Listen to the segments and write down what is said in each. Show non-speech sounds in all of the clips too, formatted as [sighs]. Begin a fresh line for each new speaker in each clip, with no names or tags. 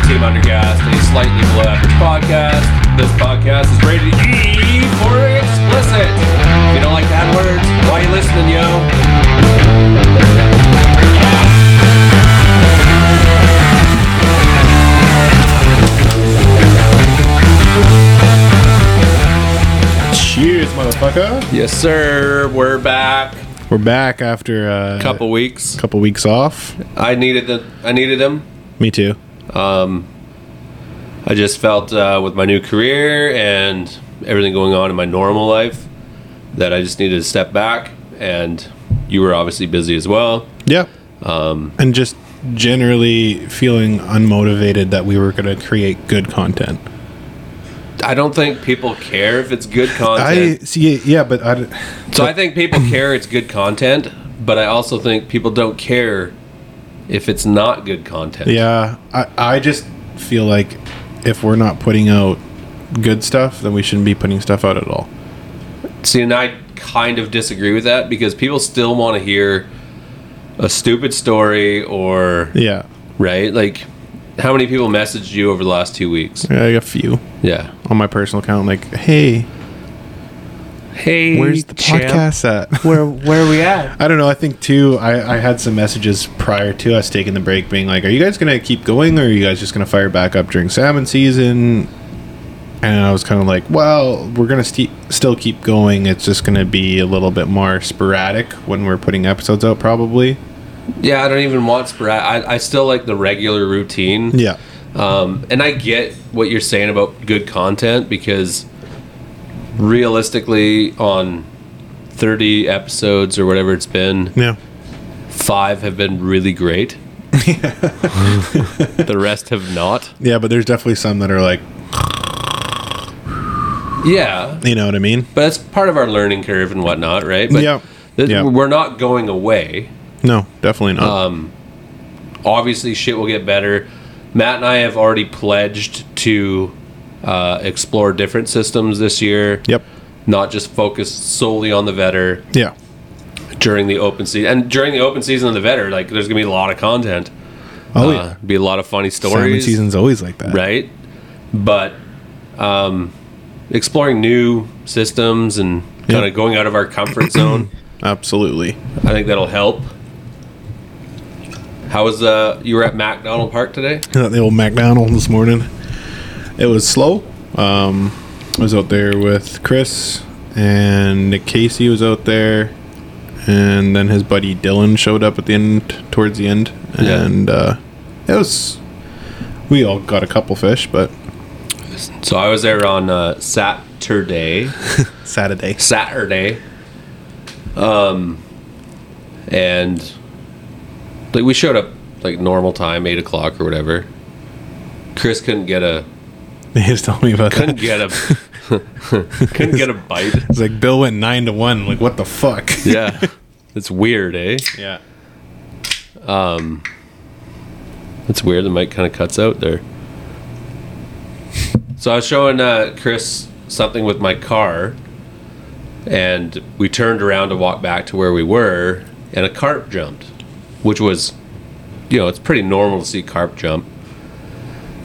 podcast, a slightly below average podcast. This podcast is rated E for explicit. If you don't like bad words, why you listening, yo?
Cheers, motherfucker.
Yes, sir. We're back.
We're back after a
Couple weeks.
couple weeks off.
I needed the. I needed them.
Me too.
I just felt uh, with my new career and everything going on in my normal life that I just needed to step back. And you were obviously busy as well.
Yeah. Um, and just generally feeling unmotivated that we were going to create good content.
I don't think people care if it's good
I
content.
see. Yeah, but I. d-
so I think people care it's good content, but I also think people don't care if it's not good content.
Yeah, I I just feel like if we're not putting out good stuff, then we shouldn't be putting stuff out at all.
See, and I kind of disagree with that because people still want to hear a stupid story or
Yeah,
right? Like how many people messaged you over the last 2 weeks?
I got a few
Yeah.
on my personal account. Like, hey,
Hey,
where's the podcast at?
Where where are we at?
I don't know. I think too. I, I had some messages prior to us taking the break, being like, "Are you guys gonna keep going, or are you guys just gonna fire back up during salmon season?" And I was kind of like, "Well, we're gonna st- still keep going. It's just gonna be a little bit more sporadic when we're putting episodes out, probably."
Yeah, I don't even want sporad. I, I still like the regular routine.
Yeah,
Um, and I get what you're saying about good content because realistically, on 30 episodes or whatever it's been,
yeah,
five have been really
[laughs]
great. the rest have not.
yeah. But there's definitely some that are like,
Yeah,
you know what I mean?
but that's part of our learning curve and whatnot, right? But
Yeah.
th-
Yeah.
we're not going away.
No, definitely not.
Um, obviously shit will get better. Matt and I have already pledged to uh, explore different systems this year.
yep.
Not just focus solely on the vetter
Yeah.
during the open season. And during the open season of the vetter, like there's gonna be a lot of content.
Oh
Uh,
yeah.
be a lot of funny
Salmon
stories.
season's always like that.
right? But um, exploring new systems and kind
Yeah.
of going out of our [clears throat] comfort zone,
Absolutely.
I think that'll help. How was uh you were at MacDonald Park today?
at the old McDonald this morning. It was slow. Um, I was out there with Chris and Nick Casey was out there, and then his buddy Dylan showed up at the end, towards the end,
Yeah.
and uh, it was. We all got a couple fish, but
So I was there on uh, Saturday,
Saturday. [laughs]
Saturday, um, and like we showed up like normal time, eight o'clock or whatever. Chris couldn't get a
He was telling me about
couldn't
that.
get a [laughs] couldn't get a bite.
It's like Bill went nine to one. Like what
[laughs]
the fuck?
Yeah, it's weird, eh?
Yeah.
It's weird. The mic kind of cuts out there. So I was showing uh, Chris something with my car, and we turned around to walk back to where we were, and a carp jumped, which was, you know, it's pretty normal to see carp jump.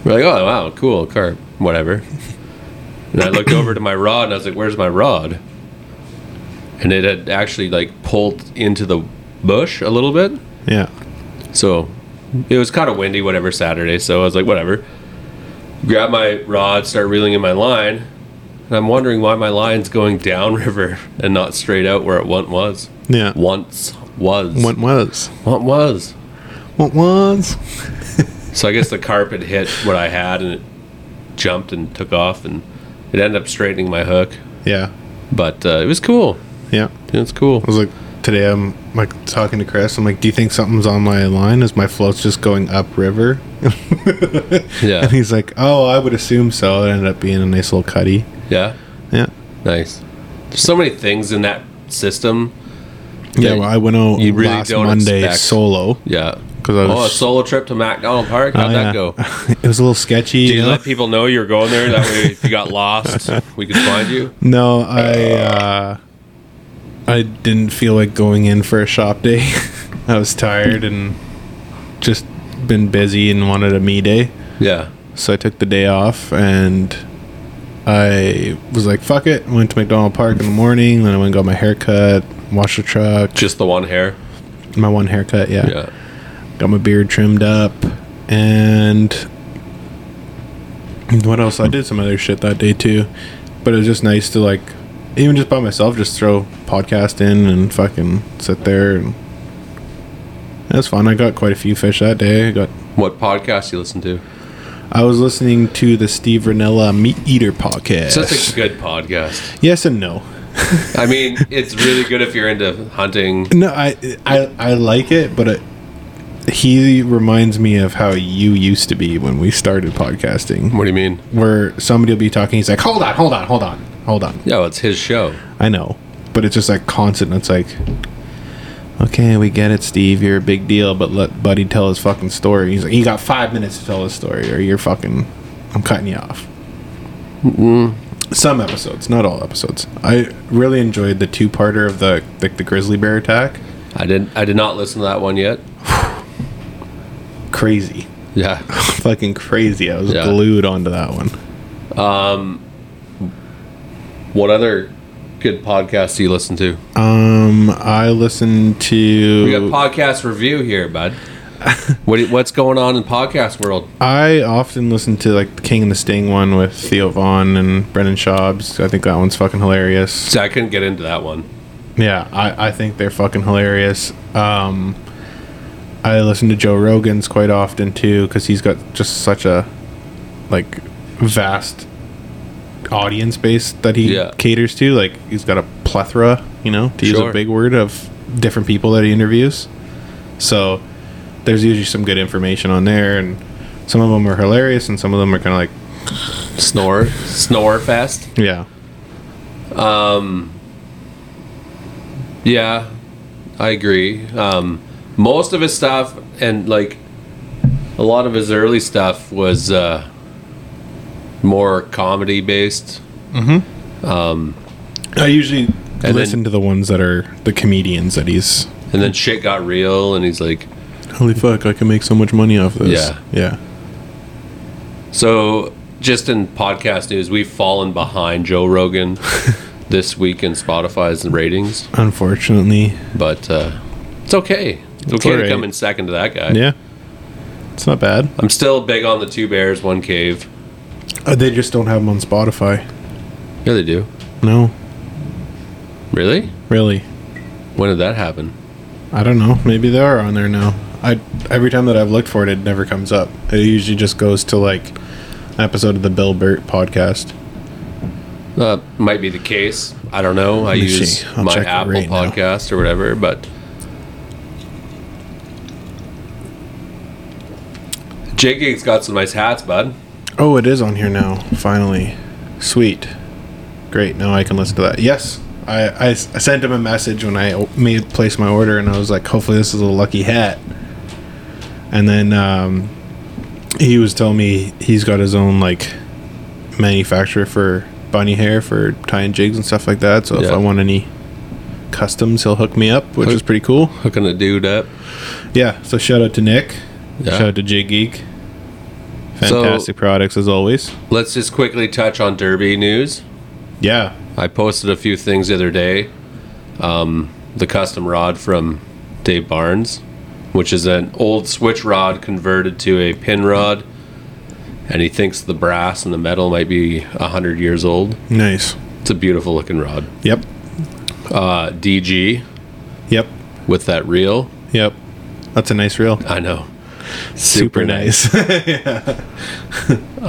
We're like, oh wow, cool carp, whatever. And I looked over to my rod, and I was like, "Where's my rod?" And it had actually like pulled into the bush a little bit.
Yeah.
So it was kind of windy, whatever, Saturday. So I was like, whatever. Grab my rod, start reeling in my line. And I'm wondering why my line's going downriver [laughs] and not straight out where it once was.
Yeah.
Once was.
What was?
Once was.
What was?
So I guess the carpet hit what I had and it jumped and took off and it ended up straightening my hook.
Yeah.
But uh, it was cool.
Yeah.
It was cool.
I was like, today I'm like talking to Chris. I'm like, do you think something's on my line? Is my float's just going upriver?
Yeah.
And he's like, oh, I would assume so. It ended up being a nice little cutty.
Yeah.
Yeah.
Nice. There's so many things in that system.
Yeah.
Yeah,
well, I went out
you really
last
don't
Monday
expect-
solo.
Yeah.
'Cause I
oh, a
was-
solo trip to MacDonald Park? How'd
Oh,
that
yeah.
go?
[laughs] it was a little sketchy.
Did
you
you
know?
let people know you were going there? That way, if you got lost, we could find you.
no, I uh, I didn't feel like going in for a shop day. [laughs] I was tired and just been busy and wanted a me day.
Yeah.
So I took the day off and I was like, fuck it. Went to McDonald Park in the morning. Then I went and got my haircut, washed the truck,
Just the one hair.
my one haircut. Yeah.
Yeah.
Got my beard trimmed up. And what else? I did some other shit that day too. But it was just nice to like, even just by myself, just throw podcast in and fucking sit there. And that's fun. I got quite a few fish that day. I got
What podcast you listen to?
I was listening to the Steve Ranella Meat Eater podcast.
Such a good podcast.
yes and no.
I mean, it's really good if you're into hunting.
No, I I, I like it, but it, he reminds me of how you used to be when we started podcasting,
What do you mean?
where somebody will be talking. He's like, "Hold on, hold on, hold on, hold on."
Yeah, well, it's his show.
I know, but it's just like constant. It's like, okay, we get it, Steve. You're a big deal, but let Buddy tell his fucking story. He's like, you got five minutes to tell his story, or you're fucking, I'm cutting you off. Some episodes, not all episodes. I really enjoyed the two-parter of the like the grizzly bear attack.
I didn't. I did not listen to that one yet.
Crazy, [laughs]
Yeah.
fucking crazy. I was
Yeah.
glued onto that one.
What other good podcasts do you listen to?
Um, I listened to.
We got podcast review here, bud. What do you- what's going on in podcast world?
I often listen to like the King and the Sting one with Theo Vaughn and Brendan Schaubs. I think that one's fucking hilarious.
See, I couldn't get into that one.
Yeah, I, I think they're fucking hilarious. Um, I listen to Joe Rogan's quite often too because he's got just such a like vast audience base that he
Yeah.
caters to. Like he's got a plethora, you know, to use
Sure.
a big word of different people that he interviews. So there's usually some good information on there, and some of them are hilarious, and some of them are kind of like
Snore, snore fest.
Yeah.
Yeah, I agree. Um, most of his stuff and like a lot of his early stuff was uh, more comedy based.
I usually
then-
listen to the ones that are the comedians that he's.
And then shit got real, and he's like,
Holy fuck! I can make so much money off this.
Yeah.
yeah.
so just in podcast news, we've fallen behind Joe [laughs] Rogan this week in Spotify's ratings,
Unfortunately,
but uh, it's okay. It's
It's
okay to
alright.
come in second to that guy.
yeah, it's not bad.
I'm still big on the two bears, one cave.
Uh, they just don't have them on Spotify.
Yeah, they do.
No,
Really?
really.
When did that happen?
I don't know. Maybe they are on there now. I every time that I've looked for it, it never comes up. It usually just goes to like an episode of the Bill Burt podcast.
Uh, might be the case. I don't know. I
Let me
use
see. I'll
my
check it
Apple
right now.
podcast or whatever, but J Gig's got some nice hats, bud.
Oh, it is on here now. Finally, sweet, great. Now I can listen to that. Yes, I, I s- I sent him a message when I o- made place my order, and I was like, hopefully this is a lucky hat. And then um, he was telling me he's got his own like manufacturer for bunny hair for tying jigs and stuff like that. So if
Yeah.
I want any customs, he'll hook me up, which is pretty cool.
Hooking a dude up.
Yeah. So shout out to Nick.
Yeah.
Shout out to Jig Geek.
So-
Fantastic products as always.
Let's just quickly touch on Derby news.
Yeah.
I posted a few things the other day. Um, the custom rod from Dave Barnes, which is an old switch rod converted to a pin rod. And he thinks the brass and the metal might be 100 years old.
Nice.
It's a beautiful looking rod.
Yep.
Uh, DG
Yep.
with that reel.
Yep. That's a nice reel.
I know.
Super nice. [laughs]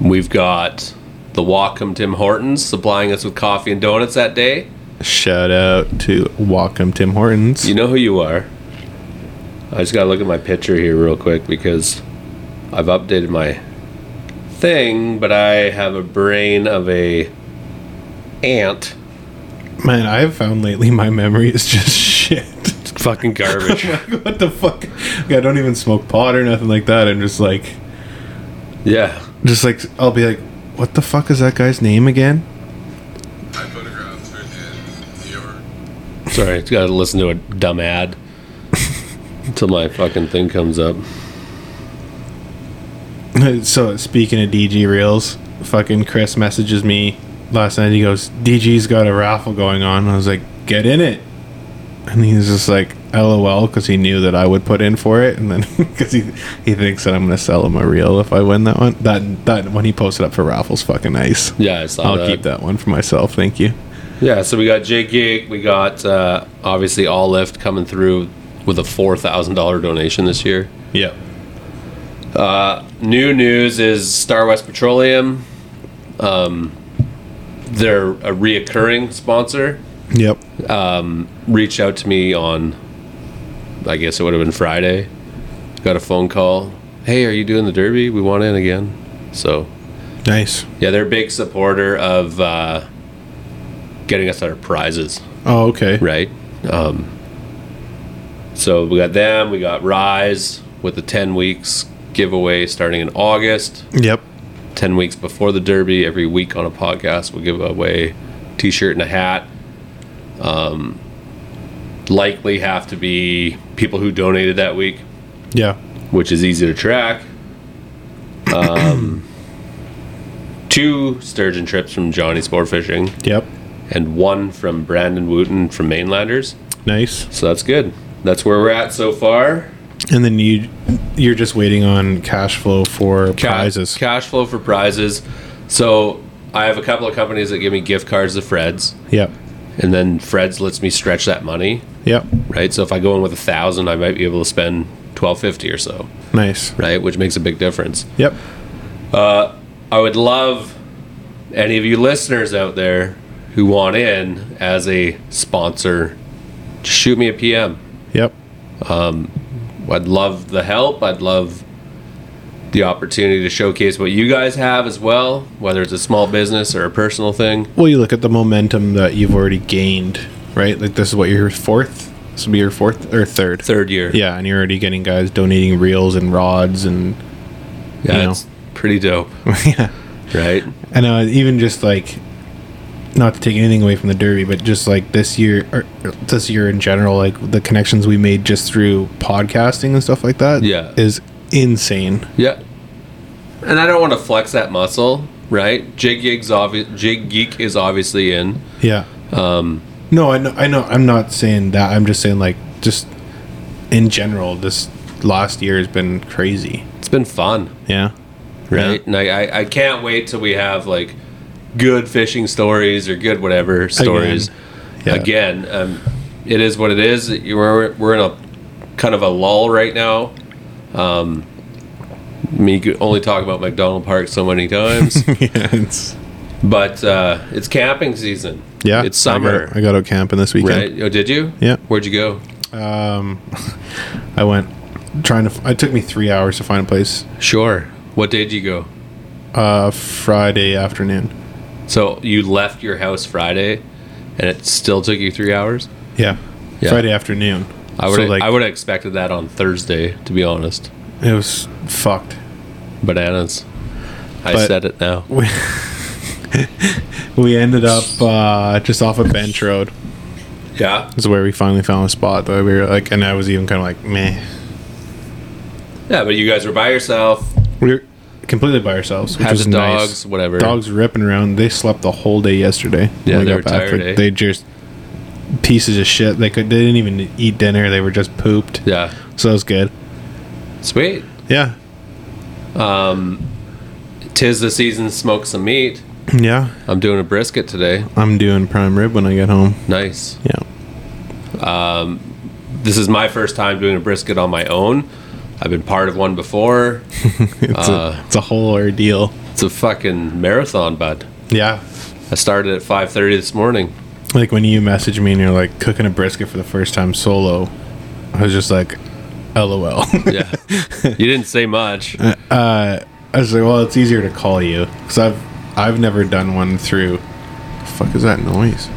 We've got the Wacom Tim Hortons supplying us with coffee and donuts that day.
Shout out to Welcome Tim Hortons.
You know who you are. I just gotta look at my picture here real quick because I've updated my thing, but I have a brain of a ant.
Man, I've found lately my memory is just [laughs] shit.
It's fucking
[laughs]
garbage.
what the fuck? Like, I don't even smoke pot or nothing like that. I'm just like,
[laughs] yeah.
just like, I'll be like, what the fuck is that guy's name again?
I photographed her in your
Sorry, I gotta listen to a [laughs] dumb ad until my fucking thing comes up.
[laughs] So speaking of DG reels, fucking Chris messages me last night. He goes, "DG's got a raffle going on." I was like, "Get in it," and he's just like, "LOL," because he knew that I would put in for it, and then [laughs] because he he thinks that I'm gonna sell him a reel if I win that one. That that when he posted up for raffles, fucking nice.
Yeah, I saw
I'll keep that one for myself. Thank you.
Yeah, so we got Jay Gig, we got uh, obviously All Lift coming through with a four thousand dollar donation this year.
Yeah.
New news is Star West Petroleum. Um, they're a reoccurring sponsor.
Yep.
Reached out to me on, I guess it would have been Friday. Got a phone call. Hey, are you doing the Derby? We want in again. So
Nice.
yeah, they're a big supporter of uh, getting us our prizes.
Oh, okay.
right? Um, so we got them. We got Rise with the ten weeks giveaway starting in August.
Yep.
Ten weeks before the Derby, every week on a podcast, we'll give away a T-shirt and a hat. Um, likely have to be people who donated that week,
Yeah.
which is easy to track. Um, [coughs] two sturgeon trips from Johnny Sport Fishing
Yep.
and one from Brandon Wooten from Mainlanders.
Nice.
So that's good. That's where we're at so far.
And then you you're just waiting on cash flow for
Ca-
prizes.
Cash flow for prizes. So I have a couple of companies that give me gift cards to Fred's,
Yep.
and then Fred's lets me stretch that money,
Yep.
right? So if I go in with a thousand, I might be able to spend twelve fifty or so,
Nice.
right? Which makes a big difference.
Yep.
I would love any of you listeners out there who want in as a sponsor, just shoot me a PM.
Yep.
I'd love the help. I'd love the opportunity to showcase what you guys have as well, whether it's a small business or a personal thing.
Well, you look at the momentum that you've already gained, right? Like this is what your fourth. This will be your fourth or third.
Third year.
Yeah, and you're already getting guys donating reels and rods and [laughs]
Yeah,
you
it's pretty
[laughs]
dope,
yeah.
right?
And uh, even just like, not to take anything away from the derby, but just like this year, or or this year in general, like the connections we made just through podcasting and stuff like that,
Yeah.
is insane.
yeah. And I don't want to flex that muscle, right? Jig Geek's obvi- Jig Geek is obviously in.
Yeah. Um. No, I know. I know. I'm not saying that. I'm just saying like just in general, this last year has been crazy.
It's been fun,
Yeah.
right? And I, I, I can't wait till we have like good fishing stories or good whatever stories.
Yeah. [laughs]
again um, it is what it is You- we're, we're in a kind of a lull right now um, me could only talk about mcdonald park so many times
[laughs] yeah. It's
but uh, it's camping season
yeah.
it's summer
I got, I got out camping this weekend.
right oh did you
Yeah.
where'd you go
Um, I went trying to. f- It took me three hours to find a place.
sure what day did you go
Uh, Friday afternoon.
so you left your house friday and it still took you three hours
Yeah.
Yeah.
Friday afternoon.
i would
So, like
i would have expected that on thursday to be honest
it was fucked. [laughs]
bananas i
But-
said it now
We, we ended up uh, just off of Bench Road.
yeah
This is where we finally found a spot that we were like, and I was even kind of like, meh.
yeah but you guys were by yourself
We were completely by ourselves, which
Had
was
the
nice.
dogs, whatever.
Dogs ripping around. They slept the whole day yesterday.
Yeah,
when we
they
got
were
back.
tired,
Like,
eh?
They just pieces of shit. They could. They didn't even eat dinner. They were just pooped.
Yeah.
So it was good.
Sweet.
Yeah.
Tis the season, smoke some meat.
Yeah.
I'm doing a brisket today.
I'm doing prime rib when I get home.
Nice.
Yeah. [laughs]
This is my first time doing a brisket on my own. I've been part of one before.
It's,
Uh.
a, it's a whole ordeal.
It's a fucking marathon, bud.
Yeah.
I started at 5:30 this morning.
Like when you message me and you're like cooking a brisket for the first time solo, I was just like, LOL. [laughs]
Yeah. you didn't say much.
I was like, well, it's easier to call you because I've I've never done one through. fuck is that noise?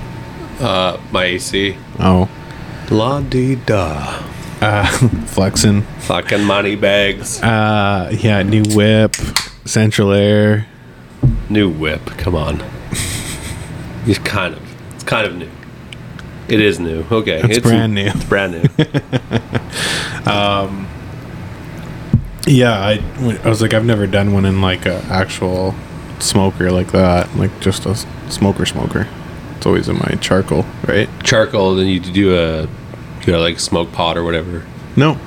My AC.
Oh, uh,
La di da.
[laughs] flexing.
Fucking money bags.
Uh, yeah, new whip, Central Air.
New whip. Come
[laughs]
on. It's kind of. It's kind of new. It is new. Okay.
It's brand new.
It's brand new.
Yeah, I, I was like, I've never done one in like a actual smoker like that, like just a s- smoker smoker. It's always in my charcoal, right?
Charcoal, then you do a, you know, like smoke pot or whatever.
No,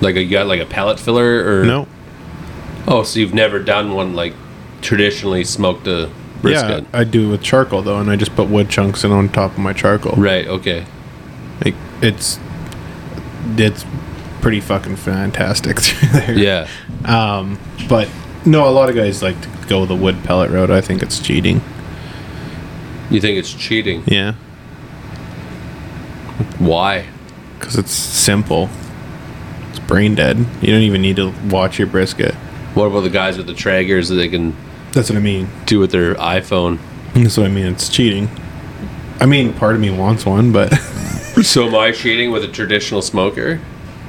Like a, you got like a pellet filler or
no.
Oh, so you've never done one like traditionally smoked a brisket?
Yeah, I do it with charcoal though, and I just put wood chunks in on top of my charcoal.
Right. Okay.
Like it's it's pretty fucking fantastic [laughs] through there.
Yeah.
But no, a lot of guys like to go the wood pellet route. I think it's cheating.
You think it's cheating?
Yeah,
Why?
because it's simple. It's brain dead. You don't even need to watch your brisket.
What about the guys with the Traegers that they can
That's what I mean.
do with their iPhone?
That's what I mean. It's cheating. I mean, part of me wants one, but [laughs]
So am I cheating with a traditional smoker?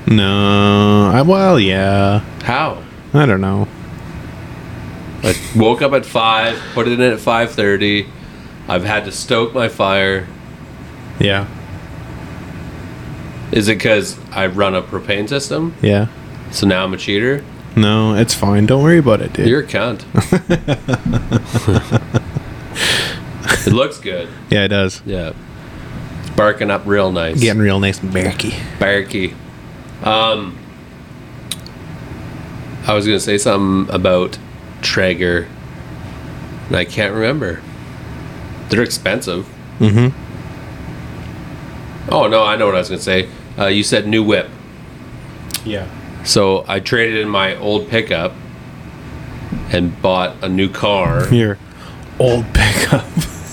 no. I, well, yeah.
How?
I don't know.
I woke up at five, put it in at five thirty. I've had to stoke my fire.
Yeah.
Is it because I run a propane system?
Yeah.
So now I'm a cheater.
No, it's fine. Don't worry about it, dude.
You're a cunt. [laughs] it looks good.
yeah, it does.
Yeah. It's barking up real nice.
Getting real nice and barky.
Barky. Um, I was going to say something about Traeger, and I can't remember. They're expensive.
Mhm.
Oh, no, I know what I was going to say. Uh, you said new whip.
Yeah.
So I traded in my old pickup and bought a new car.
Your old pickup.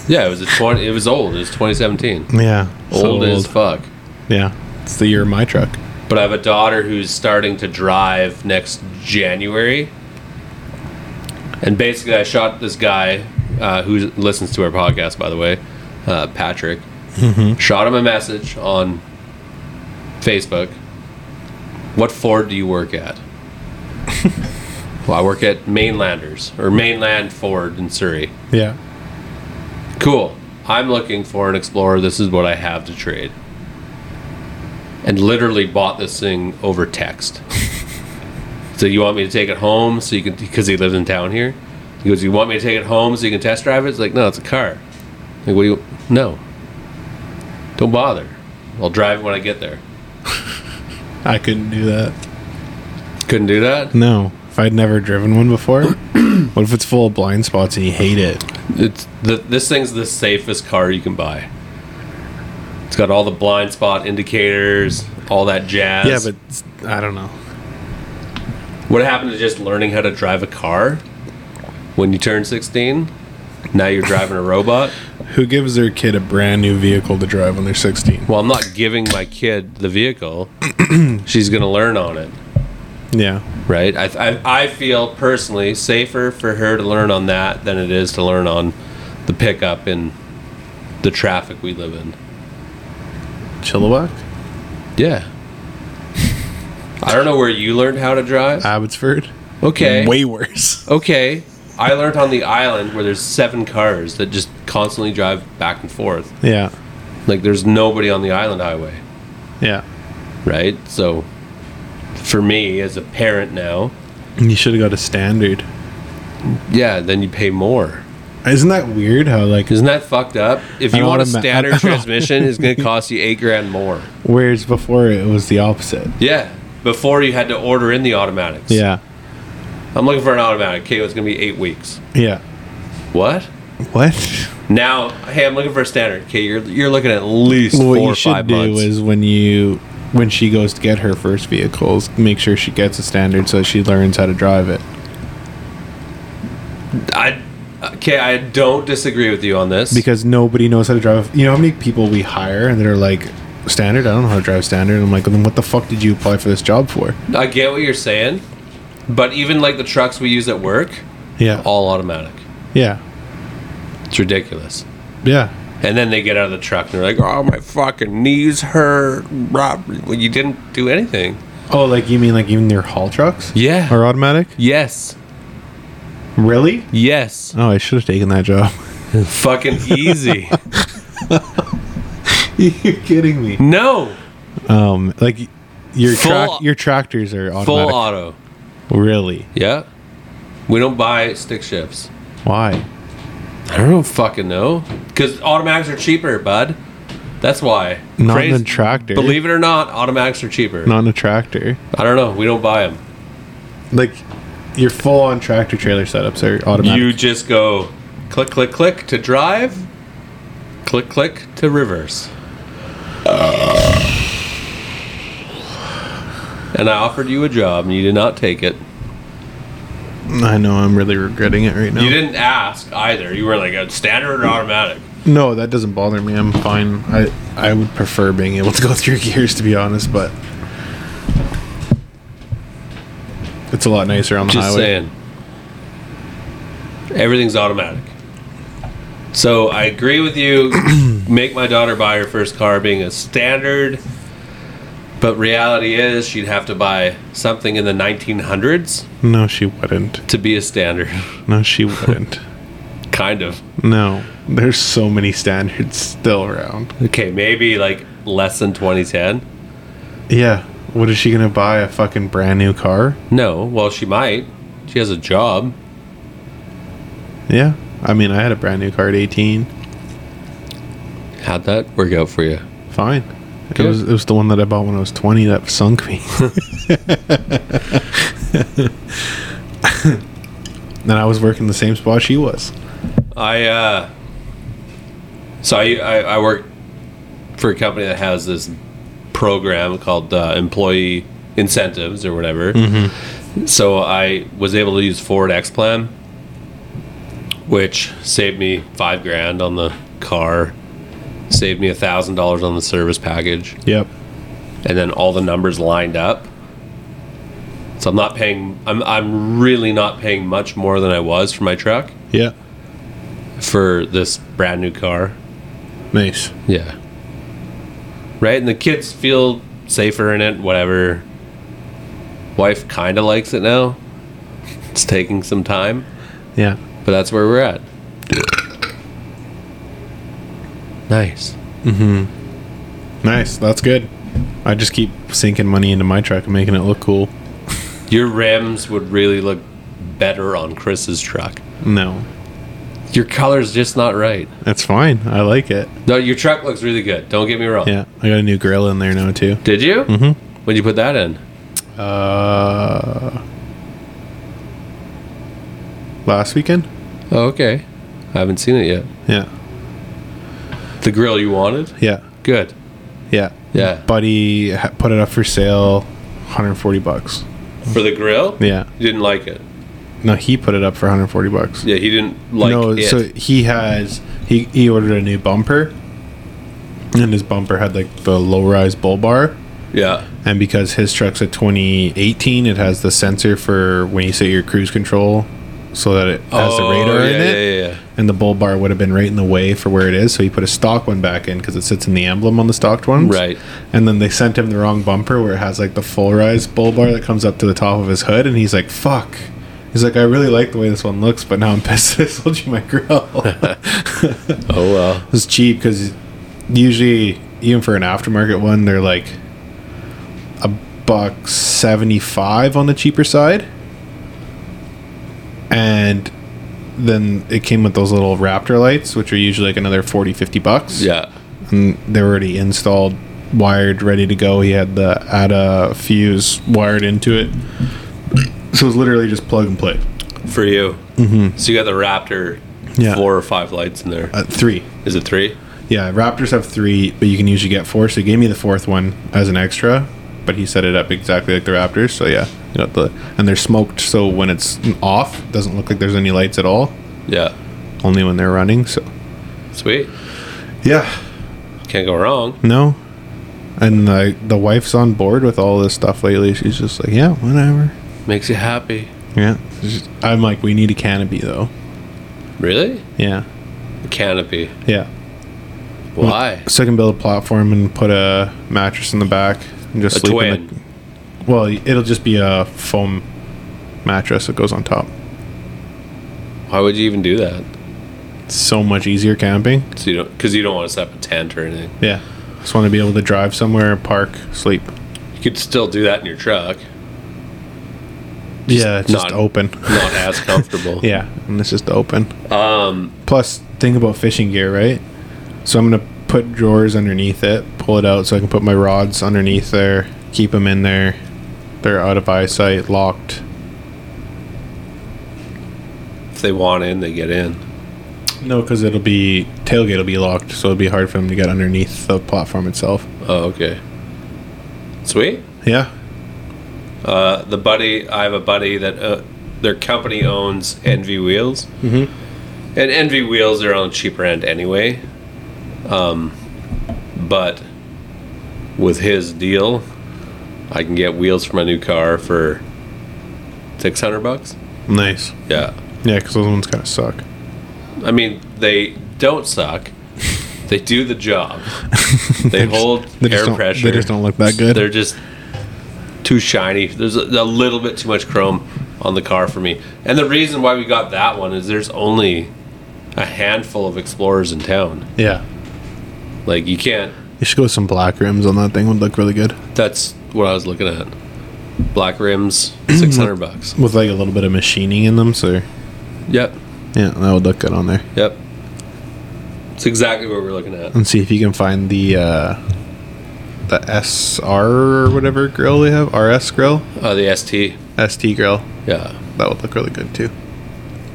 yeah, it was a 20, it was old. It was 2017.
[laughs] yeah. so
old as fuck.
Yeah. It's the year of my truck.
But I have a daughter who's starting to drive next January. And basically, I shot this guy uh, who listens to our podcast, by the way, uh, Patrick. Shot him a message on Facebook. What Ford do you work at? well, I work at Mainlanders or Mainland Ford in Surrey.
Yeah.
Cool. I'm looking for an Explorer. This is what I have to trade. And literally bought this thing over text. so you want me to take it home so you can because he lives in town here. He goes, "You want me to take it home so you can test drive it?" It's like, "No, it's a car." Like, what do you? No. Don't bother. I'll drive it when I get there.
I couldn't do that.
Couldn't do that.
No. If I'd never driven one before, [clears throat] what if it's full of blind spots and you hate it?
It's the, this thing's the safest car you can buy. It's got all the blind spot indicators, all that jazz.
Yeah, but it's- I don't know.
What happened to just learning how to drive a car when you turn 16? Now you're driving a robot?
Who gives their kid a brand new vehicle to drive when they're 16?
Well, I'm not giving my kid the vehicle. She's going to learn on it,
Yeah.
right? I, I, I feel personally safer for her to learn on that than it is to learn on the pickup in the traffic we live in.
Chilliwack?
Yeah. [laughs] I don't know where you learned how to drive.
Abbotsford?
Okay.
Way worse. [laughs]
Okay. I learned on the island where there's seven cars that just constantly drive back and forth.
Yeah.
Like there's nobody on the island highway,
Yeah.
right? So for me as a parent now,
You should have got a standard.
yeah, then you pay more.
Isn't that weird how, like,
Isn't that fucked up? If
I
you
don't
want a
wanna ma- I
standard
[laughs] don't-
transmission, it's
[laughs]
going to cost you 8 grand more.
whereas before it was the opposite?
Yeah. Before you had to order in the automatics.
Yeah.
I'm looking for an automatic. Okay, it's going to be 8 weeks.
Yeah.
What?
What?
Now, hey, I'm looking for a standard. Okay, you're you're looking at least
what
4
you
or
should
5
do
months.
is when you, when she goes to get her first vehicles, make sure she gets a standard so she learns how to drive it.
I Okay, I don't disagree with you on this.
Because nobody knows how to drive. You know how many people we hire and they're like, standard? I don't know how to drive standard. I'm like, then what the fuck did you apply for this job for?
I get what you're saying, but even like the trucks we use at work,
Yeah.
all automatic.
Yeah.
It's ridiculous.
Yeah.
And then they get out of the truck and they're like, "Oh, my fucking knees hurt." Rob, well, you didn't do anything.
Oh, like you mean like even your haul trucks?
Yeah.
Are automatic?
Yes.
Really? [laughs]
Yes.
Oh, I should have taken
[laughs]
that job. [laughs]
fucking easy.
You're kidding me.
[laughs] No.
Um, like Your
Full-
track your tractors are
Full
automatic.
auto.
Really?
Yeah. We don't buy stick shifts.
Why?
I don't fucking know. Because automatics are cheaper, bud. That's why.
Not
Crazy-
in a tractor.
Believe it or not, automatics are cheaper.
not in a tractor.
I don't know. We don't buy them.
Like your full on tractor trailer setups are automatic.
You just go click, click, click to drive, click, click to reverse. [sighs] And I offered you a job and you did not take it.
I know I'm really regretting it right now.
You didn't ask either. You were like a standard or automatic.
No, that doesn't bother me. I'm fine. I I would prefer being able to go [laughs] through gears to be honest, but it's a lot nicer on the
Just
highway.
saying. Everything's automatic. So I agree with you. Make my daughter buy her first car being a standard. But reality is, she'd have to buy something in the 1900s
No, she wouldn't.
to be a standard. [laughs]
No, [laughs] she wouldn't.
kind of.
no, there's so many standards still around.
Okay, maybe like less than 2010.
Yeah, what is she gonna buy? A fucking brand new car?
No, well, she might. She has a job.
Yeah, I mean, I had a brand new car at 18.
How'd that work out for you?
Fine.
Good.
It was it was the one that I bought when I was 20 that sunk me. [laughs] and I was working the same spot she was.
I uh, so I, I I work for a company that has this program called uh, employee incentives or whatever. So I was able to use Ford X Plan, which saved me five grand on the car, saved me a thousand dollars on the service package,
Yep.
and then all the numbers lined up. So I'm not paying. I'm I'm really not paying much more than I was for my truck
Yeah.
for this brand new car.
Nice.
Yeah. Right? And the kids feel safer in it, whatever. Wife kind of likes it now. It's taking some time,
Yeah.
but that's where we're at. nice.
Nice. That's good. I just keep sinking money into my truck and making it look cool.
Your rims would really look better on Chris's truck.
No.
Your color's just not right.
That's fine. I like it.
No, your truck looks really good. Don't get me wrong.
Yeah. I got a new grill in there now too.
Did you? Mm-hmm. When you put that in?
Uh Last weekend?
Oh, okay. I haven't seen it yet.
Yeah.
The grill you wanted?
Yeah.
Good.
Yeah.
Yeah.
Buddy ha- put it up for sale 140 bucks.
For the grill?
Yeah.
He didn't like it.
No, he put it up for 140 bucks.
Yeah, he didn't like
no,
it.
so he has he he ordered a new bumper, and his bumper had like the low rise bull bar,
yeah.
and because his truck's a 2018, it has the sensor for when you set your cruise control, so that it has the radar
Oh, yeah,
in
yeah,
it.
Yeah, yeah,
And the bull bar would have been right in the way for where it is, so he put a stock one back in because it sits in the emblem on the stocked ones.
Right.
And then they sent him the wrong bumper where it has like the full rise bull bar that comes up to the top of his hood, and he's like, "Fuck." He's like, "I really like the way this one looks, but now I'm [laughs] pissed. I sold you my grill." it
Oh well.
was cheap because usually, even for an aftermarket one, they're like a buck seventy-five on the cheaper side, and then it came with those little Raptor lights, which are usually like another 40, 50 bucks
Yeah.
and they were already installed, wired, ready to go. He had the ADA fuse wired into it, so it was literally just plug and play.
For you. Mm-hmm. So you got the Raptor.
Yeah.
Four or five lights in there.
Uh, three,
Is it three?
yeah. Raptors have three, but you can usually get four. So he gave me the fourth one as an extra, but he set it up exactly like the Raptors. So yeah, you know the and they're smoked, so when it's off, it doesn't look like there's any lights at all.
Yeah.
Only when they're running. So
Sweet.
yeah,
Can't go wrong.
no. And the the wife's on board with all this stuff lately. She's just like, yeah, whatever.
Makes you happy.
Yeah. I'm like, we need a canopy though.
Really?
Yeah.
Canopy.
Yeah.
Why?
So I can build a platform and put a mattress in the back and just
A
sleep in
twin.
the Well, it'll just be a foam mattress that goes on top.
Why would you even do that?
It's so much easier camping.
So you don't because you don't want to set up a tent or anything.
Yeah. Just want to be able to drive somewhere, park, sleep.
You could still do that in your truck.
yeah, it's just
not-
open.
Not
[laughs]
as comfortable.
Yeah, and it's just open.
Um,
Plus, think about fishing gear, right? So I'm gonna put drawers underneath it, pull it out so I can put my rods underneath there, keep them in there. They're out of eyesight, locked.
if they want in, they get in.
No, because it'll be tailgate will be locked, so it'll be hard for them to get underneath the platform itself.
Oh, okay. Sweet.
Yeah,
Uh, the buddy, I have a buddy that uh, their company owns Envy Wheels, mm-hmm. and Envy Wheels are on the cheaper end anyway. Um, but with his deal, I can get wheels for my new car for six hundred bucks.
nice.
Yeah,
Yeah, because those ones kind of suck.
I mean they don't suck; they do the
[laughs]
job. They hold
They just
air
don't-
pressure.
They just don't look that good.
They're just too shiny. There's a, a little bit too much chrome on the car for me. And the reason why we got that one is there's only a handful of Explorers in town.
yeah,
Like you can't.
you should go with some black rims on that thing. Would look really good
That's what I was looking at. Black
[clears throat]
rims, six hundred bucks.
with like a little bit of machining in them. So
Yep,
yeah, that would look good on there.
yep. It's exactly what we're looking at.
and see if you can find the uh, the SR or whatever grill they have. RS grill,
Uh, the ST.
ST grill.
Yeah,
That would look really good too.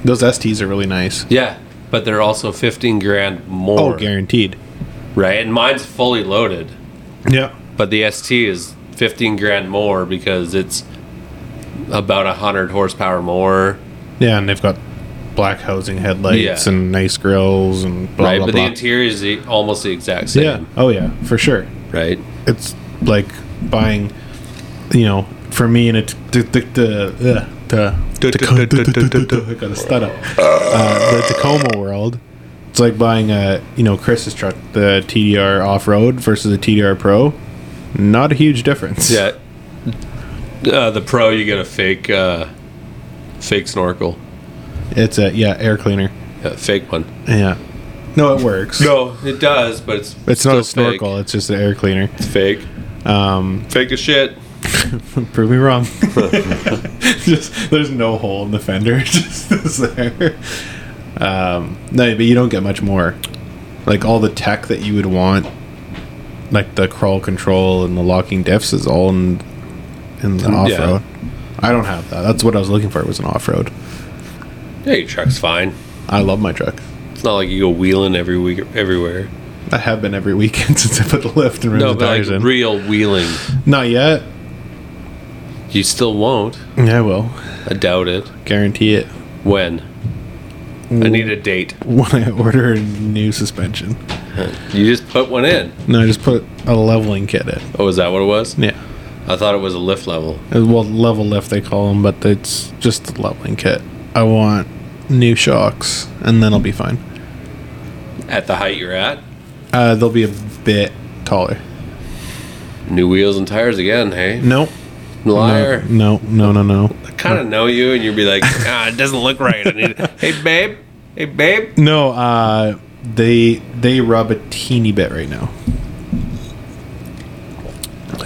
Those STs are really nice.
yeah. But they're also fifteen grand
Oh,
more,
guaranteed.
right? And mine's fully loaded.
Yeah.
but the ST is 15 grand more because it's about 100 horsepower more,
Yeah, and they've got black housing headlights
Yeah.
and nice grills and blah
right?
blah
but
blah.
the interior is the, almost the exact same,
yeah. Oh yeah, for sure.
right?
It's like buying, you know, for me and it the the the. the the Tacoma- I got a stud up. Uh, the Tacoma world, it's like buying a you know Chris's truck, the TDR off road versus the TDR Pro. Not a huge difference.
Yeah. Uh, the Pro, you get a fake, uh, fake snorkel,
it's a yeah air cleaner.
a fake one.
Yeah, no, it works.
No, it does, but it's
it's not a
still fake.
snorkel. It's just an air cleaner.
It's fake,
Um,
fake as shit.
prove
[laughs]
me wrong. [laughs] just there's no hole in the fender. [laughs] It just is there. Um, no, but you don't get much more. Like all the tech that you would want, like the crawl control and the locking diffs, is all in in the off road. I don't have that. That's what I was looking for. Was an off road.
Yeah, your truck's fine.
I love my truck.
It's not like you go wheeling every week, everywhere.
I have been every [laughs] weekend since I put the lift and rim
No,
the
but
tires
like
in.
real wheeling,
Not yet.
you still won't.
Yeah, I will
I doubt it.
guarantee it.
When? I need a date.
[laughs] when I order a new suspension.
You just put one in.
No, I just put a leveling kit in.
Oh, is that what it was?
Yeah.
I thought it was a lift level.
Uh, Well, level lift they call them, but it's just the leveling kit. I want new shocks, and then I'll be fine.
At the height you're at,
Uh, they'll be a bit taller.
new wheels and tires again, hey?
Nope.
Liar.
No, no, no, no.
I kind of know you, and you'd be like, ah, it doesn't look right. I need hey, babe. Hey, babe.
No, uh, they they rub a teeny bit right now.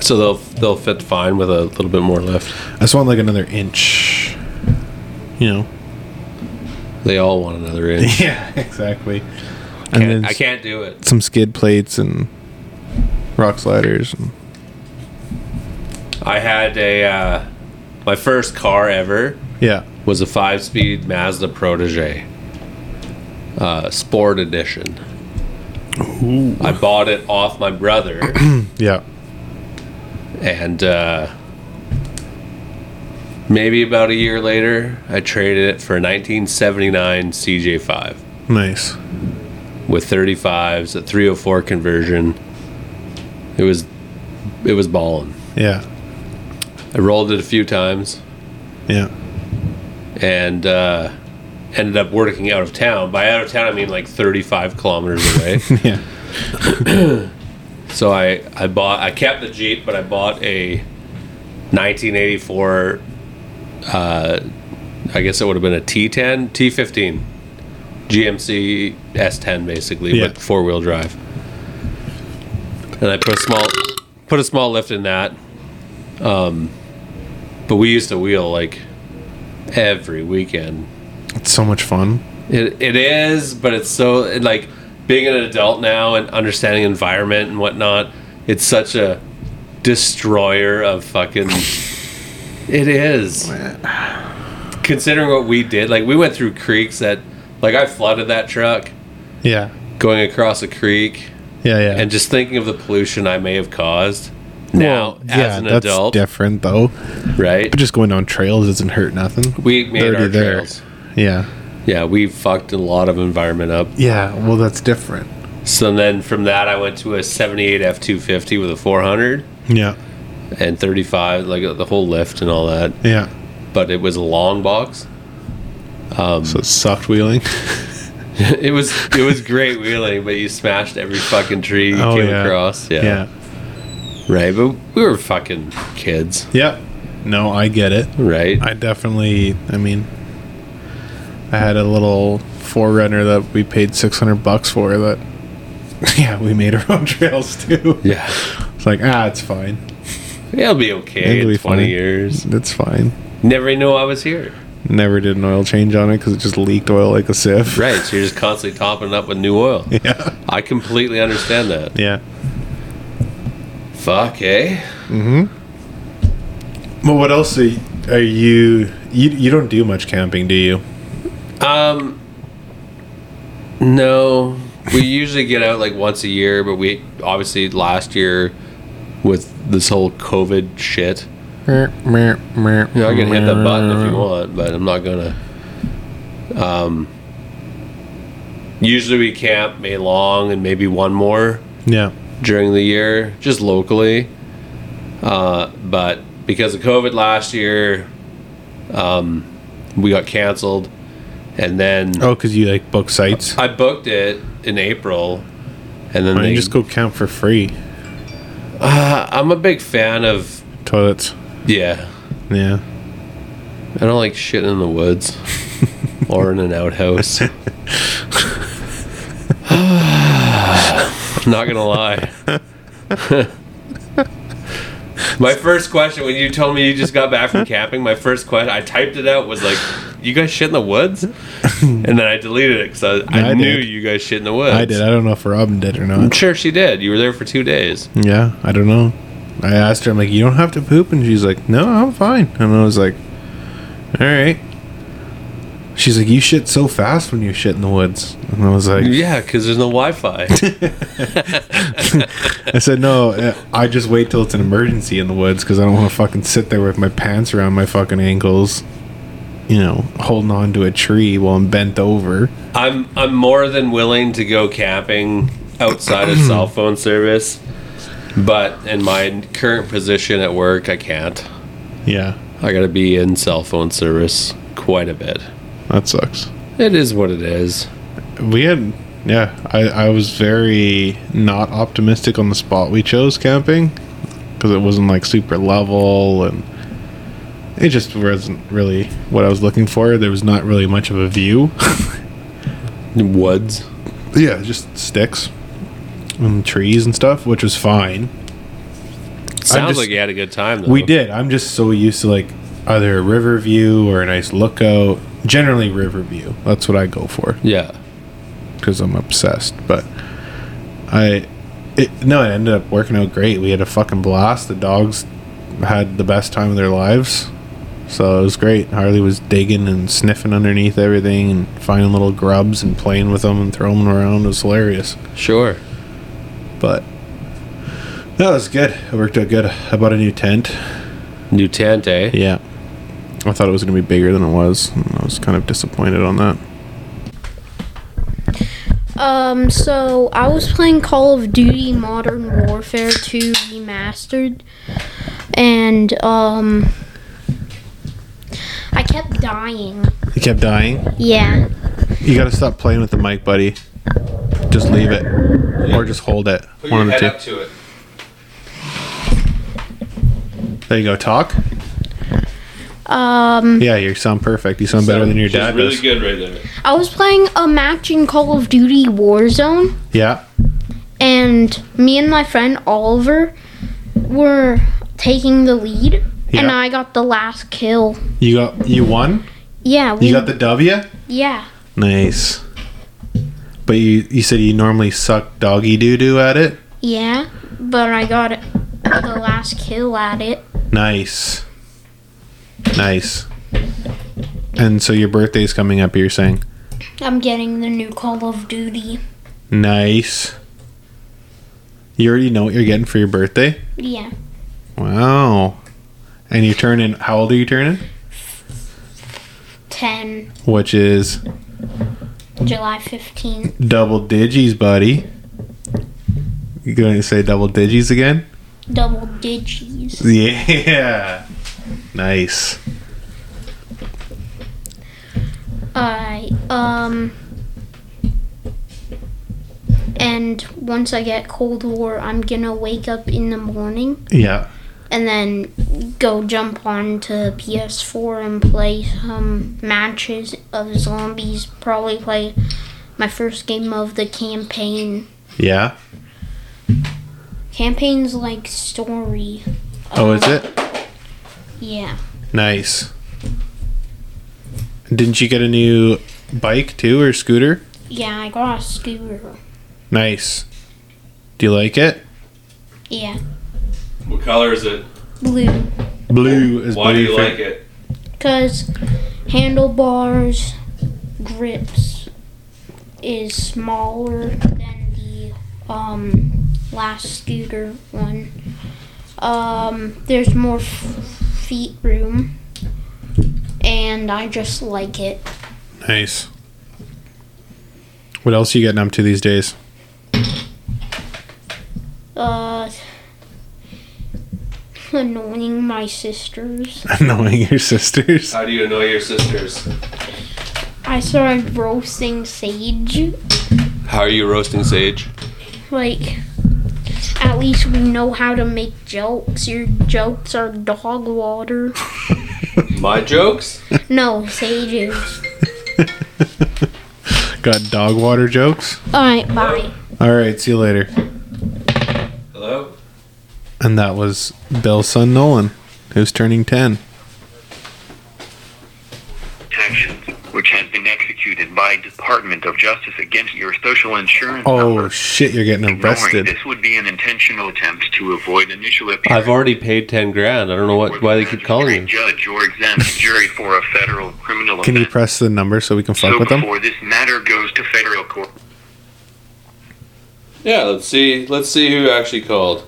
So they'll they'll fit fine with a little bit more lift.
I just want like another inch.
[laughs]
You know.
They all want another
[laughs]
inch.
Yeah, exactly. And
Can't-
then
I can't do it.
some skid plates and rock sliders. And,
I had a uh, my first car ever
yeah.
was a five-speed Mazda Protege, uh, Sport Edition. I bought it off my brother.
Yeah.
and uh, maybe about a year later, I traded it for a 1979 CJ5
Nice.
with 35s, a 304 conversion. It was, it was balling.
Yeah.
I rolled it a few times
Yeah.
and uh, ended up working out of town. By out of town, I mean like 35 kilometers away.
[laughs] Yeah.
So I, I bought I kept the Jeep, but I bought a 1984. Uh, I guess it would have been a T10, T15, GMC S10, basically,
Yeah.
with four wheel drive. And I put a small put a small lift in that, um, but we used to wheel like every weekend.
It's so much fun.
It, it is, but it's so it, like being an adult now and understanding environment and whatnot. It's such a destroyer of fucking. It
[sighs]
is. Considering what we did, like we went through creeks that, like I flooded that truck
Yeah.
going across a creek,
Yeah, yeah.
and just thinking of the pollution I may have caused. Now,
Well,
as an
that's
adult,
different though.
right?
But just going down trails doesn't hurt nothing.
We made
They're
our
already there.
trails.
Yeah.
Yeah, we fucked a lot of environment up.
Yeah. Well, that's different.
So then from that, I went to a 78 F250 with a 400
Yeah.
and 35, like uh, the whole lift and all that.
Yeah.
But it was a long box. [laughs]
so it's soft wheeling.
it was it was great wheeling, but you smashed every fucking tree you
Oh,
came
yeah.
across. Yeah.
[laughs] yeah.
Right. But we were fucking kids.
Yeah. No, I get it.
Right.
I definitely. I mean, I had a little forerunner that we paid six hundred bucks for. That [laughs] yeah, we made our own [laughs] trails too.
yeah.
It's like ah, it's fine.
It'll be okay
It'll
in 20
be fine.
years.
It's fine.
Never even knew I was here.
Never did an oil change on it because it just leaked oil like a sieve.
Right. So you're just constantly topping up with new oil.
[laughs] Yeah.
I completely understand that.
Yeah.
Fuck, eh?
But what else are you? Are you, you you don't do much camping, do you?
Um, no, we usually get out like once a year, but we obviously last year with this whole COVID shit.
Yeah,
You know, I
I
can hit that button if you want, but I'm not gonna. Um, usually we camp May long and maybe one more
Yeah.
during the year, just locally. Uh, but because of COVID last year, um, we got canceled, and then
Oh, because you like book sites.
I booked it in April, and then
Why don't
they,
you just go camp for free?
I'm a big fan of
Toilets.
yeah.
Yeah.
I don't like shitting in the
[laughs]
woods or in an outhouse. [sighs] Not gonna lie. [laughs] my first question when you told me you just got back from camping, my first question I typed it out was like, "You guys shit in the woods?" And then I deleted it because I, I,
I
knew
did.
you guys shit in the woods.
I did. I don't know if Robin did or
I'm
not.
sure she did. You were there for two days.
Yeah, I don't know. I asked her, I'm like, you don't have to poop, and she's like, no, I'm fine. And I was like, all right. She's like, you shit so fast when you shit in the woods. And I was like,
Yeah, because there's no
[laughs]
Wi-Fi.
I said, no, eh, I just wait till it's an emergency in the woods because I don't want to fucking sit there with my pants around my fucking ankles, you know, holding on to a tree while I'm bent over.
I'm I'm more than willing to go camping outside
[clears throat]
of cell phone service, but in my current position at work, I can't.
Yeah,
I gotta be in cell phone service quite a bit.
that sucks.
It is what it is.
we had yeah i i was very not optimistic on the spot we chose camping because it wasn't like super level and it just wasn't really what i was looking for there was not really much of a view [laughs]
Woods.
yeah just sticks and trees and stuff which was fine
Sounds
just-
like you had a good time though.
we did i'm just so used to like either a river view or a nice lookout generally river view that's what i go for
Yeah.
because I'm obsessed. But I, it, no, it ended up working out great. We had a fucking blast. The dogs had the best time of their lives, so it was great. Harley was digging and sniffing underneath everything and finding little grubs and playing with them and throwing them around. It was hilarious.
Sure.
But no, it was good. It worked out good. I bought a new tent.
New tent, eh?
Yeah. I thought it was going to be bigger than it was. and I was kind of disappointed on that.
Um, so I was playing Call of Duty Modern Warfare 2 Remastered, and um, I kept dying.
He kept dying.
Yeah.
You gotta stop playing with the mic, buddy. Just leave it, or just hold it. One of the
to it.
two. There you go. Talk.
Um,
Yeah, you sound perfect. You sound better than your dad
really
does.
good right there.
I was playing a match in Call of Duty Warzone,
Yeah.
and me and my friend Oliver were taking the lead, and
Yeah.
I got the last kill.
You got you won.
Yeah, we,
You got the W.
yeah,
Nice. But you you said you normally suck doggy doo doo at it.
yeah, but I got it, the last kill at it.
Nice. Nice. And so your birthday's coming up. You're saying.
I'm getting the new Call of Duty.
Nice. You already know what you're getting for your birthday?
Yeah,
Wow. And you're turning, how old are you turning?
ten,
Which is
July fifteenth.
double digits, buddy. You going to say double digits again? [laughs]
Double digits.
Yeah. Nice.
I um. And once I get Cold War, I'm gonna wake up in the morning
Yeah.
and then go jump on to PS4 and play some matches of zombies. Probably play my first game of the campaign.
Yeah.
Campaign's like story.
Oh, is it?
Yeah.
Nice. Didn't you get a new bike too or scooter?
Yeah, I got a scooter.
Nice. Do you like it?
Yeah.
What color is it?
Blue.
Blue is
Why do
blue
you
for-
like it?
Because handlebars, grips is smaller than the um, last scooter one. Um, there's more f- feet room, and I just like it.
Nice. What else are you getting up to these days? [laughs]
Uh, annoying my sisters.
Annoying your sisters. [laughs]
How do you annoy your sisters?
I started roasting sage.
How are you roasting sage?
Like, at least we know how to make jokes. Your jokes are dog water.
My jokes?
No, sages.
Got dog water jokes.
Alright, bye.
All right, see you later.
Hello?
And that was Bill's son Nolan, who's turning 10.
actions which has been executed by Department of Justice against your social insurance
Oh
number.
shit, you're getting
Ignoring
arrested.
This would be an intentional attempt to avoid initial appearance.
I've already paid 10 grand. I don't know what, why they keep calling you.
Judge or examining jury for a federal criminal
Can you
offense.
press the number so we can fuck
so
with them?
before this matter goes to federal court,
Yeah, let's see. Let's see who actually called.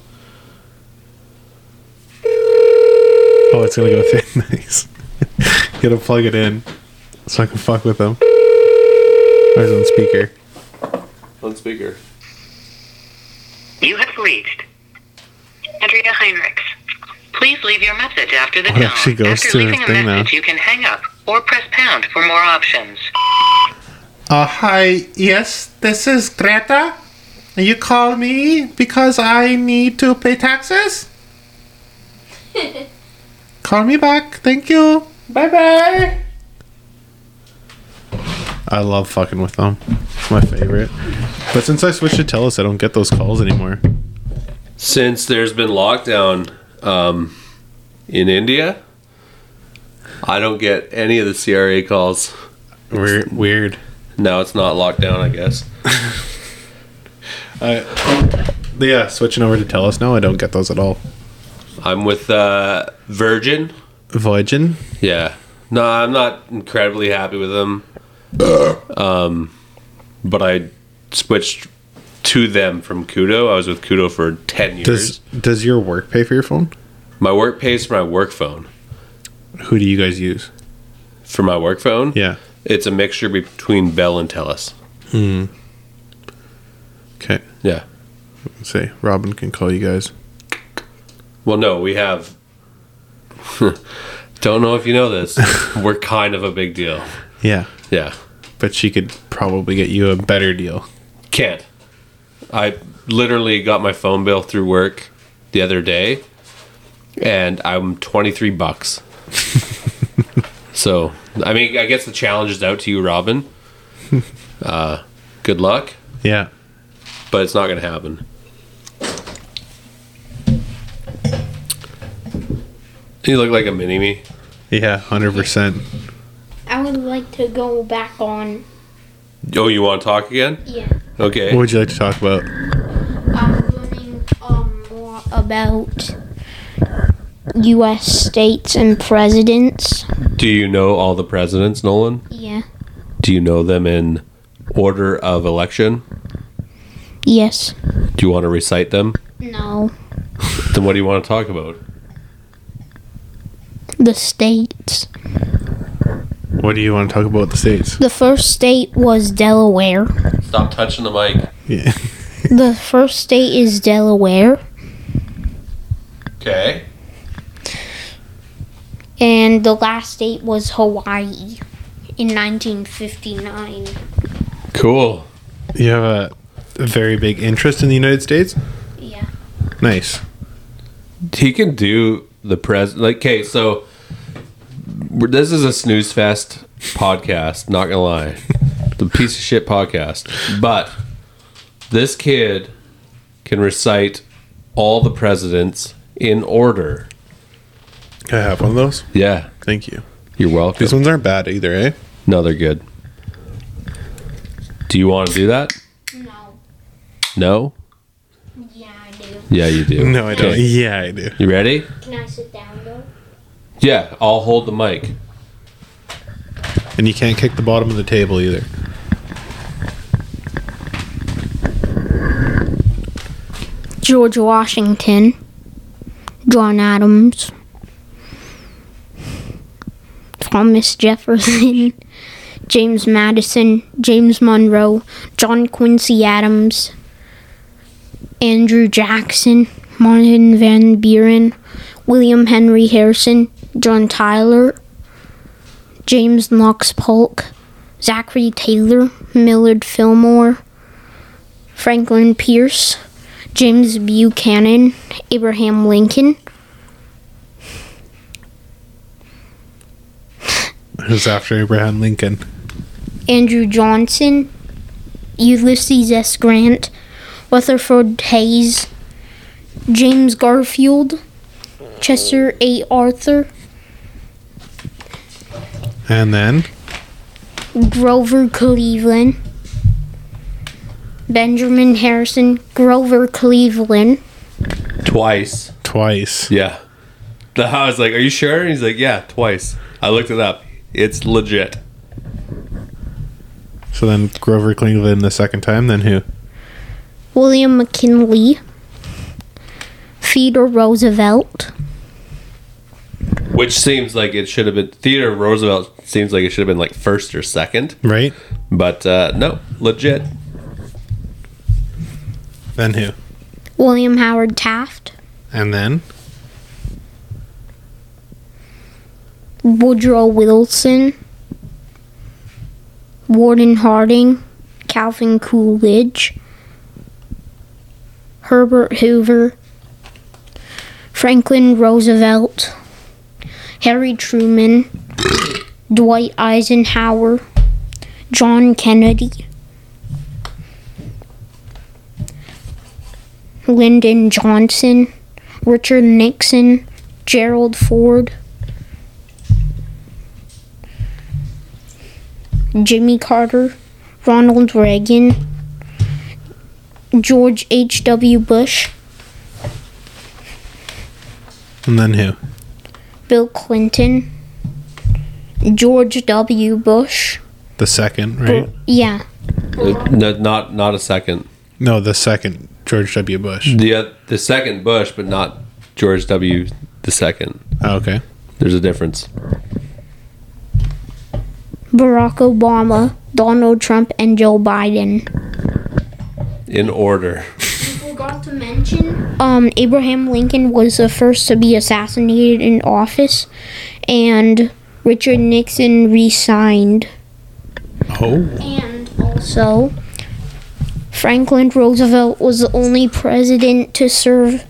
Oh, it's gonna go through. [laughs] nice. Gotta plug it in so I can fuck with them. Or is it on speaker?
On speaker.
You have reached Andrea Heinrichs. Please leave your message after the
Oh, it
tone.
actually goes
after
to her
leaving a
thing now.
message, you can hang up or press pound for more options.
Uh, hi. Yes, this is Greta. You call me because I need to pay taxes? call me back. Thank you. Bye bye. I love fucking with them. It's my favorite. But since I switched to Telus, I don't get those calls anymore.
Since there's been lockdown um, in India, I don't get any of the CRA calls.
Weird. Weird.
No, it's not lockdown, I guess.
Yeah, switching over to Telus now, I don't get those at all.
I'm with uh, Virgin.
Voyaging?
Yeah. No, I'm not incredibly happy with them. um, but I switched to them from Kudo. I was with Kudo for 10 years.
Does does your work pay for your phone?
my work pays for my work phone.
Who do you guys use?
For my work phone,
Yeah.
it's a mixture between Bell and Telus.
Okay.
Yeah.
Let's see. Robin can call you guys.
Well, no, we have. [laughs] Don't know if you know [laughs] this. We're kind of a big deal.
Yeah.
Yeah.
but she could probably get you a better deal.
Can't. I literally got my phone bill through work the other day, and I'm 23 [laughs] bucks. so, I mean, I guess the challenge is out to you, Robin. [laughs] Uh, good luck,
Yeah.
but it's not going to happen. You look like a mini me.
Yeah, hundred percent.
I would like to go back on.
Oh, you want to talk again?
Yeah.
Okay.
What would you like to talk about?
I'm learning um, more about U.S. states and presidents.
Do you know all the presidents, Nolan?
Yeah.
Do you know them in order of election?
Yes.
Do you want to recite them?
No.
Then what do you want to talk about?
The states.
What do you want to talk about with the states?
The first state was Delaware.
Stop touching the mic.
Yeah.
The first state is Delaware,
Okay.
and the last state was Hawaii in 1959.
Cool.
You have a very big interest in the United States.
Yeah.
Nice.
He can do the pres. Like, okay, so we're- this is a snooze fest podcast. Not gonna lie, the piece of shit podcast. But this kid can recite all the presidents in order.
Can I have one of those?
Yeah,
Thank you.
you're welcome.
These ones aren't bad either, eh?
No, they're good. Do you want to do that?
No.
No.
Yeah, I do.
Yeah, you do.
No, I don't.
Okay.
Yeah, I do.
You ready?
Can I sit down though?
Yeah, I'll hold the mic.
And you can't kick the bottom of the table either.
George Washington, John Adams, Thomas Jefferson, [laughs] James Madison, James Monroe, John Quincy Adams, Andrew Jackson, Martin Van Buren, William Henry Harrison, John Tyler, James Knox Polk, Zachary Taylor, Millard Fillmore, Franklin Pierce, James Buchanan, Abraham Lincoln,
It was after Abraham Lincoln.
Andrew Johnson, Ulysses S. Grant, Rutherford Hayes, James Garfield, Chester A. Arthur,
And then
Grover Cleveland, Benjamin Harrison, Grover Cleveland,
Twice.
twice.
Yeah. The I was like, "Are you sure?" And he's like, "Yeah, twice." I looked it up. It's legit.
So then Grover Cleveland the second time, then who?
William McKinley, Theodore Roosevelt,
Which seems like it should have been Theodore Roosevelt. Seems like it should have been like first or second,
Right?
but uh, no, legit.
Then who?
William Howard Taft,
And then?
Woodrow Wilson, Warden Harding, Calvin Coolidge, Herbert Hoover, Franklin Roosevelt, Harry Truman, Dwight Eisenhower, John Kennedy, Lyndon Johnson, Richard Nixon, Gerald Ford, Jimmy Carter, Ronald Reagan, George H.W. Bush,
And then who?
Bill Clinton, George W. Bush.
The second, right?
Yeah,
Uh, No, not not a second.
No, the second George W. Bush.
The uh, the second Bush, but not George W. the second.
Oh, okay.
There's a difference.
Barack Obama, Donald Trump, and Joe Biden.
In order.
Forgot to mention, um, Abraham Lincoln was the first to be assassinated in office, and Richard Nixon resigned.
Oh.
And also, Franklin Roosevelt was the only president to serve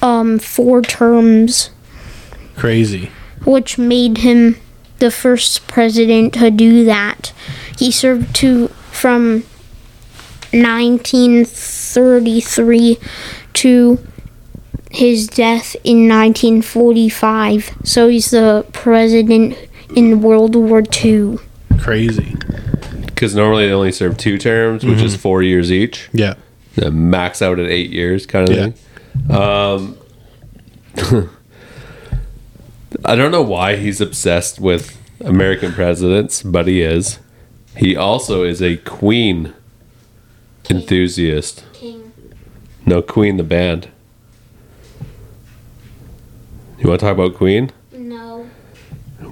um, four terms,
Crazy.
which made him the first president to do that. He served to from 1933 to his death in 1945. So he's the president in World War II.
Crazy.
Because normally they only serve two terms, which is four years each.
Yeah.
They max out at eight years, kind of
Yeah.
thing. Um, [laughs] I don't know why he's obsessed with American presidents, but he is. He also is a Queen enthusiast.
King.
No, Queen the band. You want to talk about Queen?
No.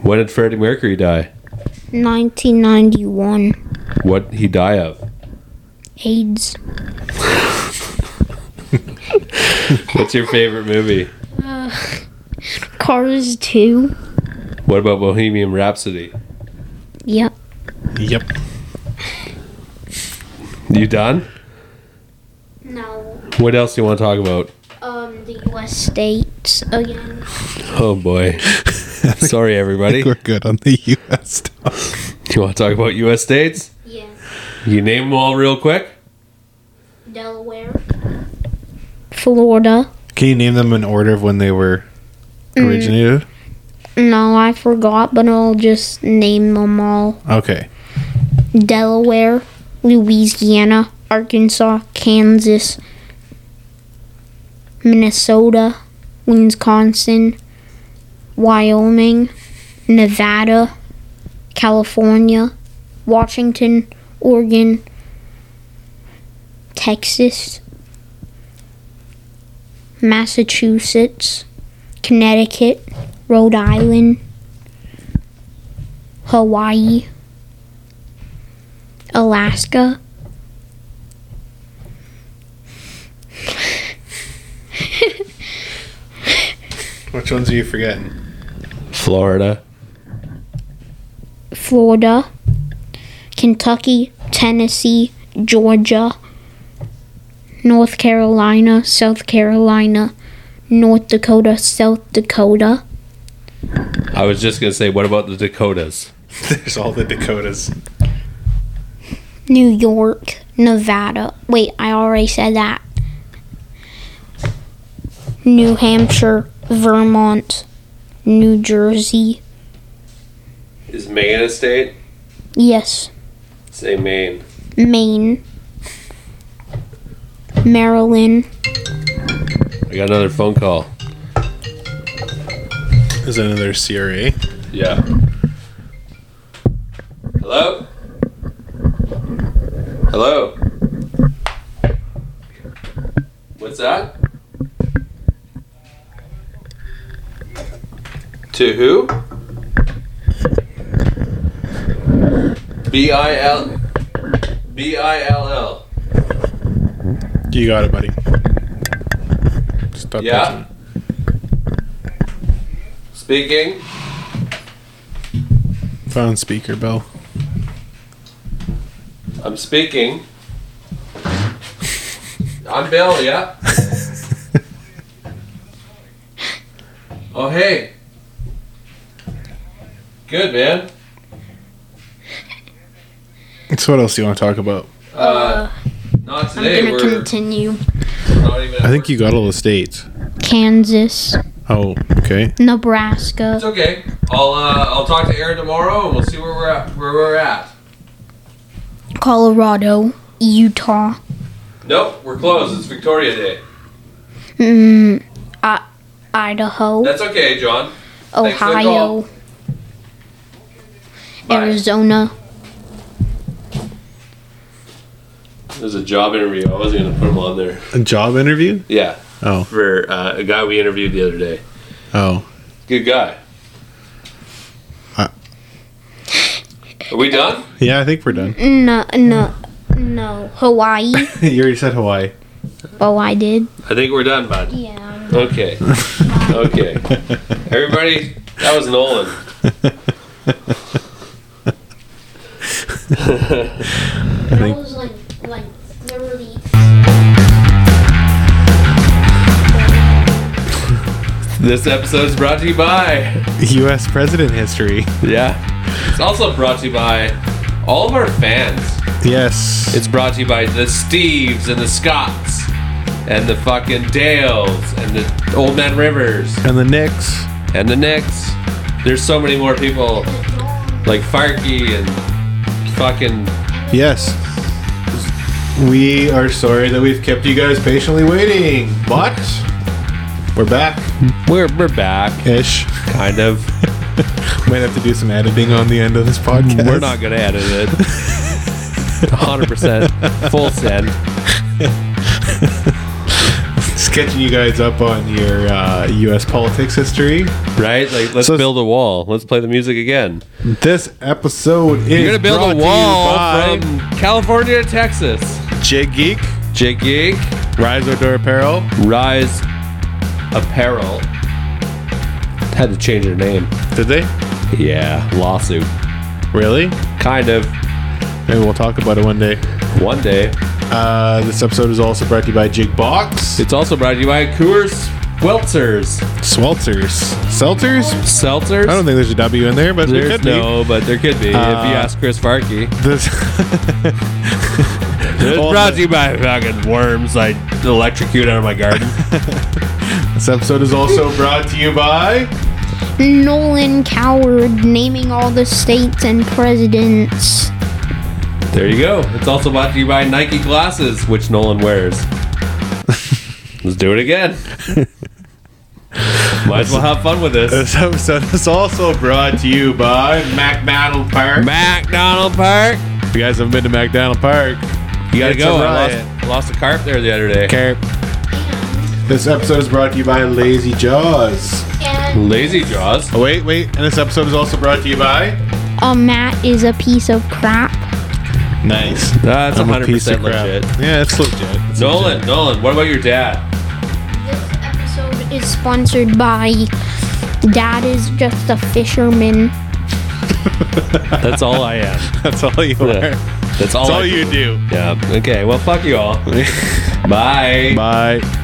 When did Freddie Mercury die?
1991.
What he die of?
AIDS.
What's your favorite movie?
Cars 2.
What about Bohemian Rhapsody?
Yep.
Yep. [laughs]
You done?
No.
What else do you want to talk about?
Um, the U.S. states again.
Oh
[laughs]
boy. Sorry everybody.
We're good on the U.S. stuff.
You want to talk about U.S. states?
Yeah.
You name them all real quick.
Delaware. Florida.
Can you name them in order of when they were originated?
No, I forgot, but I'll just name them all.
Okay.
Delaware, Louisiana, Arkansas, Kansas, Minnesota, Wisconsin, Wyoming, Nevada, California, Washington, Oregon, Texas, Massachusetts, Connecticut, Rhode Island, Hawaii, Alaska.
Which ones are you forgetting? [laughs]
Florida.
Florida, Kentucky, Tennessee, Georgia, North Carolina, South Carolina, North Dakota, South Dakota,
I was just gonna say, what about the Dakotas?
There's all the Dakotas.
New York, Nevada. Wait, I already said that. New Hampshire, Vermont, New Jersey.
Is Maine a state?
Yes.
Say Maine.
Maine, Maryland.
I got another phone call.
There's another CRA.
Yeah. Hello? Hello? What's that? To who? B I L B I L L.
You got it, buddy. Stop
Yeah. Speaking.
touching. Phone speaker, Bill. [laughs]
I'm speaking. I'm Bill, yeah? oh, hey. Good, man.
So what else do you want to talk about?
Uh, not
Oh, I'm
today.
gonna
We're
continue.
not even.
I think you got all the states.
Kansas,
Oh, okay.
It's
Nebraska,
okay. I'll uh, I'll talk to Aaron tomorrow, and we'll see where we're at. Where we're at.
Colorado, Utah.
Nope, we're closed. It's Victoria Day.
Mm, I- Idaho,
That's okay, John. thanks for the
Ohio,
Bye.
Arizona.
There's a job interview. I wasn't gonna put him on there.
A job interview?
Yeah,
Oh,
for uh, a guy we interviewed the other day.
oh.
Good guy.
Uh.
Are we done?
Yeah, I think we're done. [laughs]
No, no, no. Hawaii.
you already said Hawaii.
oh, I did.
I think we're done, bud.
Yeah.
Okay. Okay.
[laughs]
Everybody, that was Nolan. [laughs]
That was like like thirty.
This episode is brought to you by.
U.S. president history.
Yeah. It's also brought to you by all of our fans.
Yes.
It's brought to you by the Steves and the Scotts and the fucking Dales and the Old Man Rivers
And the Knicks.
and the Knicks. There's so many more people like Farkey and fucking
Yes. We are sorry that we've kept you guys patiently waiting, but we're back
we're we're back
ish. [laughs]
kind of.
Might have to do some editing on the end of this podcast. [laughs]
We're not gonna edit it. 100% full send.
sketching you guys up on your uh, U.S. politics history.
Right? Like let's
So-
build a wall. Let's play the music again.
This episode is
You're gonna build
brought
a
to you
wall
by
from California to Texas.
Jig Geek,
Jig Geek,
Rise Outdoor Apparel,
Rise Apparel. Had to change their name.
Did they?
Yeah, lawsuit.
Really?
Kind of.
Maybe we'll talk about it one day.
One day.
Uh, this episode is also brought to you by Jig Box,
It's also brought to you by Coors Weltzers.
Swelters, Selters.
Seltzers?
I don't think there's a W in there, but there
There's
could be. Uh,
no, but there could be. if you ask Chris Farkey.
This [laughs]
It's
Well,
brought to you by fucking worms I electrocute out of my garden.
this episode is also brought to you by
Nolan Coward naming all the states and presidents.
there you go. It's also brought to you by Nike glasses, which Nolan
[laughs]
wears. Let's do it again. Might as well have fun with this.
This episode is also brought to you by McDonald Park.
McDonald Park.
if you guys haven't been to McDonald Park,
You gotta
It's
go.
a
I
riot.
lost, lost a carp there the other day.
Okay. This episode is brought to you by Lazy Jaws.
And
Lazy Jaws.
Oh, wait, wait. And this episode is also brought to you by.
a mat is a piece of crap.
Nice.
That's
I'm a
100%
piece of crap.
legit.
Yeah, it's legit. [laughs] It's
Nolan,
legit.
Nolan, what about your dad?
This episode is sponsored by Dad is Just a Fisherman.
That's all I am.
That's all you are.
Yeah.
That's
That's all,
all
I
you do. [laughs]
Yeah. Okay. Well, fuck you all. Bye.
Bye.